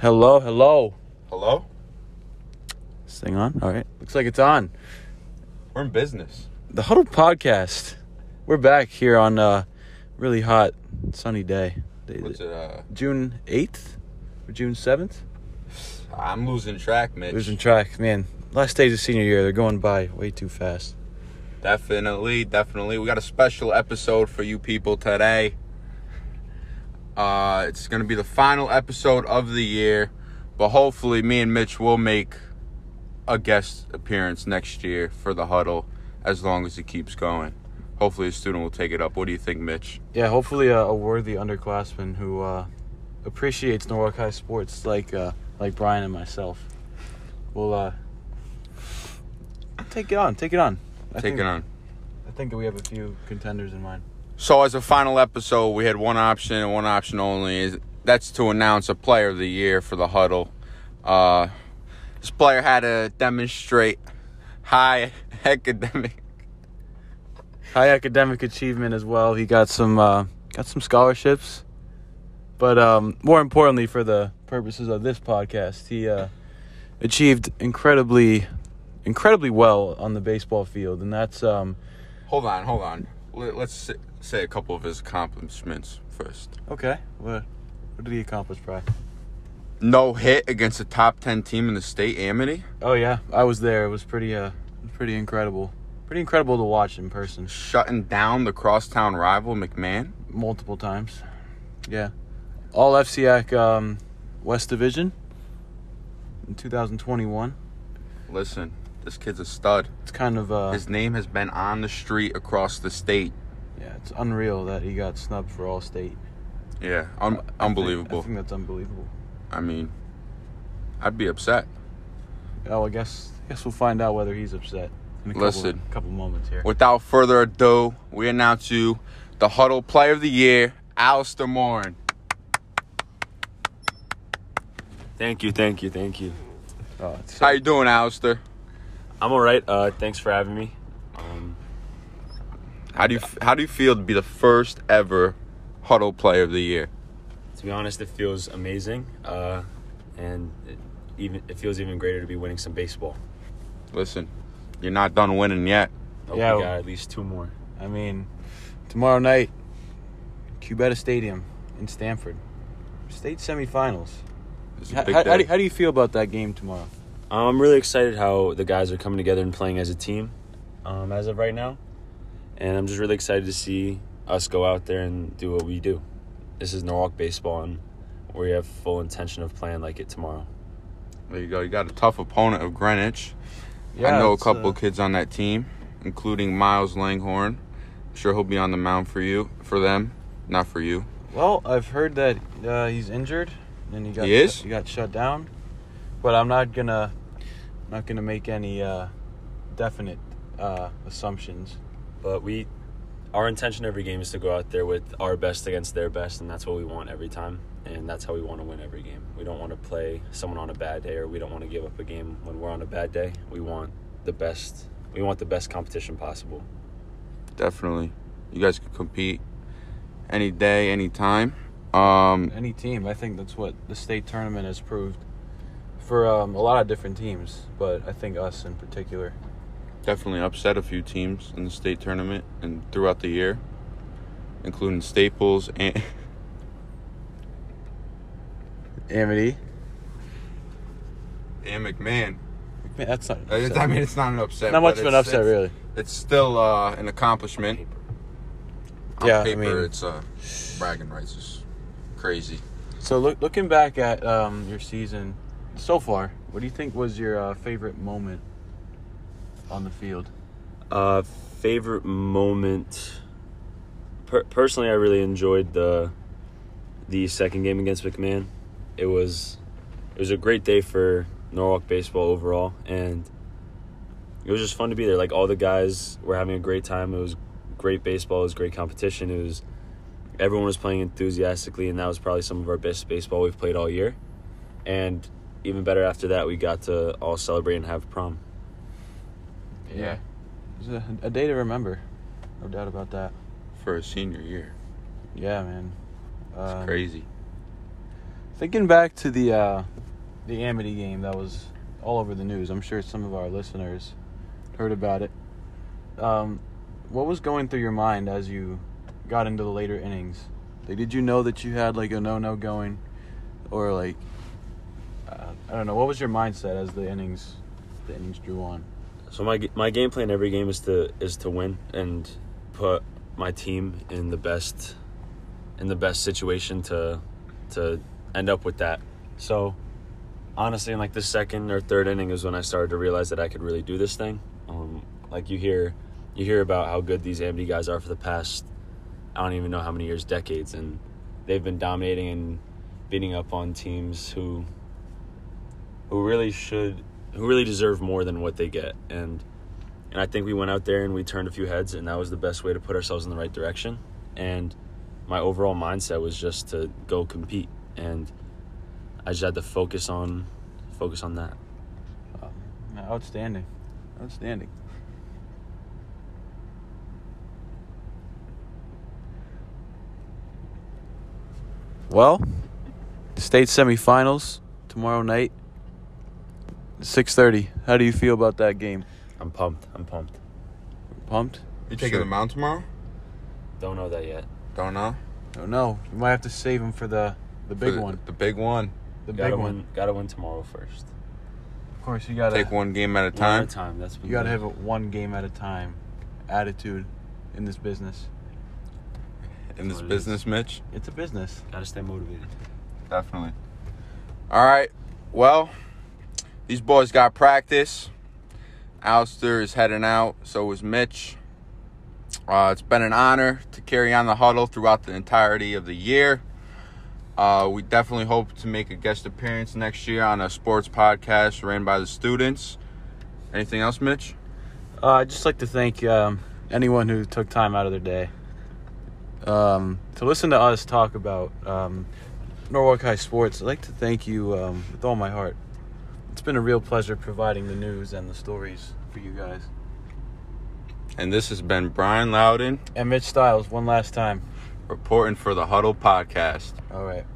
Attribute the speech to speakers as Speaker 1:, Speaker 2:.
Speaker 1: Hello, hello.
Speaker 2: Hello?
Speaker 1: This thing on? All right. Looks like it's on.
Speaker 2: We're in business.
Speaker 1: The Huddle Podcast. We're back here on a really hot, sunny day. Day-
Speaker 2: What's it, uh,
Speaker 1: June 8th or June 7th?
Speaker 2: I'm losing track, Mitch.
Speaker 1: Losing track. Man, last days of senior year, they're going by way too fast.
Speaker 2: Definitely, definitely. We got a special episode for you people today. Uh, it's going to be the final episode of the year, but hopefully, me and Mitch will make a guest appearance next year for the huddle as long as it keeps going. Hopefully, a student will take it up. What do you think, Mitch?
Speaker 1: Yeah, hopefully a, a worthy underclassman who uh, appreciates Norwalk High sports like uh, like Brian and myself will uh, take it on. Take it on. I
Speaker 2: Take
Speaker 1: think,
Speaker 2: it on.
Speaker 1: I think that we have a few contenders in mind.
Speaker 2: So as a final episode, we had one option and one option only. Is that's to announce a player of the year for the huddle. Uh, this player had to demonstrate high academic.
Speaker 1: high academic achievement as well. He got some uh, got some scholarships, but um, more importantly, for the purposes of this podcast, he uh, achieved incredibly incredibly well on the baseball field, and that's um,
Speaker 2: Hold on, hold on. Let- Let's say- say a couple of his accomplishments first.
Speaker 1: okay. What what did he accomplish, Bry?
Speaker 2: No hit against a top ten team in the state, Amity.
Speaker 1: Oh yeah, I was there. It was pretty uh pretty incredible. Pretty incredible to watch in person
Speaker 2: Shutting down the crosstown rival McMahon.
Speaker 1: multiple times. Yeah, all FCAC um, West Division in 2021.
Speaker 2: Listen, this kid's a stud.
Speaker 1: It's kind of uh,
Speaker 2: His name has been on the street across the state.
Speaker 1: Yeah, it's unreal that he got snubbed for all state.
Speaker 2: Yeah, un- unbelievable.
Speaker 1: I think that's unbelievable.
Speaker 2: I mean, I'd be upset.
Speaker 1: Oh, I guess guess we'll find out whether he's upset in a couple,
Speaker 2: Listen.
Speaker 1: couple moments here.
Speaker 2: Without further ado, we announce you the Huddle Player of the Year, Alistair Morin.
Speaker 3: Thank you, thank you, thank you.
Speaker 1: Oh, it's
Speaker 2: How you doing, Alistair?
Speaker 3: I'm all right. Uh, thanks for having me. Um,
Speaker 2: How do you How do you feel to be the first ever Huddle Player of the Year?
Speaker 3: to be honest, it feels amazing, uh, and it even it feels even greater to be winning some baseball.
Speaker 2: Listen, you're not done winning yet.
Speaker 3: Hope
Speaker 1: Yeah.
Speaker 3: we got at least two more.
Speaker 1: I mean, tomorrow night, Cubetta Stadium in Stanford, state semifinals.
Speaker 2: It's
Speaker 1: How,
Speaker 2: a big
Speaker 1: how, how,
Speaker 2: day.
Speaker 1: do, how do you feel about that game tomorrow?
Speaker 3: Um, I'm really excited how the guys are coming together and playing as a team, um, as of right now, and I'm just really excited to see us go out there and do what we do. This is Norwalk baseball, and we have full intention of playing like it tomorrow.
Speaker 2: there you go. You got a tough opponent of Greenwich. I know a
Speaker 1: it's,
Speaker 2: couple
Speaker 1: uh,
Speaker 2: kids on that team, including Miles Langhorn. I'm sure he'll be on the mound for you, for them, not for you.
Speaker 1: well, I've heard that uh, he's injured and he got
Speaker 2: He is?
Speaker 1: shut- he got shut down, but I'm not gonna not gonna make any uh, definite uh, assumptions.
Speaker 3: but we our intention every game is to go out there with our best against their best and that's what we want every time and that's how we want to win every game we don't want to play someone on a bad day or we don't want to give up a game when we're on a bad day we want the best we want the best competition possible
Speaker 2: definitely. You guys can compete any day, any time. Um,
Speaker 1: any team. I think that's what the state tournament has proved for um, a lot of different teams, but I think us in particular.
Speaker 2: definitely upset a few teams in the state tournament and throughout the year, including Staples and
Speaker 1: Amity.
Speaker 2: and McMahon.
Speaker 1: That's not.
Speaker 2: I I mean, it's not an upset.
Speaker 1: not much
Speaker 2: but
Speaker 1: of an
Speaker 2: it's-
Speaker 1: upset,
Speaker 2: it's-
Speaker 1: really.
Speaker 2: It's still uh, an accomplishment. On
Speaker 1: Yeah, I
Speaker 2: paper,
Speaker 1: mean-
Speaker 2: it's uh, bragging rights is crazy.
Speaker 1: So look, looking back at um, your season so far, what do you think was your uh, favorite moment on the field?
Speaker 3: Uh, favorite moment. Per- personally, I really enjoyed the the second game against McMahon. It was it was a great day for Norwalk baseball overall, and it was just fun to be there. Like all the guys were having a great time. It was great baseball. It was great competition. It was everyone was playing enthusiastically, and that was probably some of our best baseball we've played all year. And even better after that, we got to all celebrate and have prom.
Speaker 2: Yeah.
Speaker 1: It was a, a day to remember, no doubt about that.
Speaker 2: For a senior year,
Speaker 1: Yeah, man.
Speaker 2: it's
Speaker 1: Um,
Speaker 2: crazy.
Speaker 1: Thinking back to the uh, the Amity game that was all over the news. I'm sure some of our listeners heard about it. Um, what was going through your mind as you got into the later innings? Like, did you know that you had like a no-no going, or like uh, I don't know? What was your mindset as the innings the innings drew on?
Speaker 3: So my my game plan every game is to is to win and put my team in the best in the best situation to to end up with that. So honestly, in like the second or third inning is when I started to realize that I could really do this thing. Um, like you hear you hear about how good these AMD guys are for the past I don't even know how many years, decades, and they've been dominating and beating up on teams who who really should who really deserve more than what they get and and I think we went out there and we turned a few heads and that was the best way to put ourselves in the right direction and my overall mindset was just to go compete and I just had to focus on focus on that
Speaker 1: Um, outstanding, outstanding. Well, state semifinals tomorrow night, six thirty. How do you feel about that game?
Speaker 3: I'm pumped I'm pumped
Speaker 1: Pumped?
Speaker 2: You taking the mound tomorrow?
Speaker 3: don't know that yet
Speaker 2: Don't know.
Speaker 1: Oh no, we might have to save him for the the
Speaker 2: For
Speaker 1: big
Speaker 2: the-
Speaker 1: one.
Speaker 2: The big one.
Speaker 1: The
Speaker 3: gotta
Speaker 1: big
Speaker 3: win
Speaker 1: one.
Speaker 3: gotta win tomorrow first
Speaker 1: Of course, you gotta
Speaker 2: Take one game at a
Speaker 3: One at
Speaker 2: time.
Speaker 3: a time that's been
Speaker 1: you gotta
Speaker 3: good.
Speaker 1: have a one game at a time attitude in this business.
Speaker 2: in this
Speaker 3: What it
Speaker 2: business, Mitch.
Speaker 1: It's a business.
Speaker 3: gotta stay motivated
Speaker 2: Definitely. All right. Well, these boys got practice. Alistair is heading out. So is Mitch. Uh, it's been an honor to carry on the huddle throughout the entirety of the year. Uh, we definitely hope to make a guest appearance next year on a sports podcast ran by the students. Anything else, Mitch?
Speaker 1: Uh, I'd just like to thank um, anyone who took time out of their day um, to listen to us talk about um, Norwalk High sports. I'd like to thank you um, with all my heart. It's been a real pleasure providing the news and the stories for you guys.
Speaker 2: And this has been Brian Loudon
Speaker 1: And Mitch Styles, one last time.
Speaker 2: reporting for the Huddle Podcast.
Speaker 1: All right.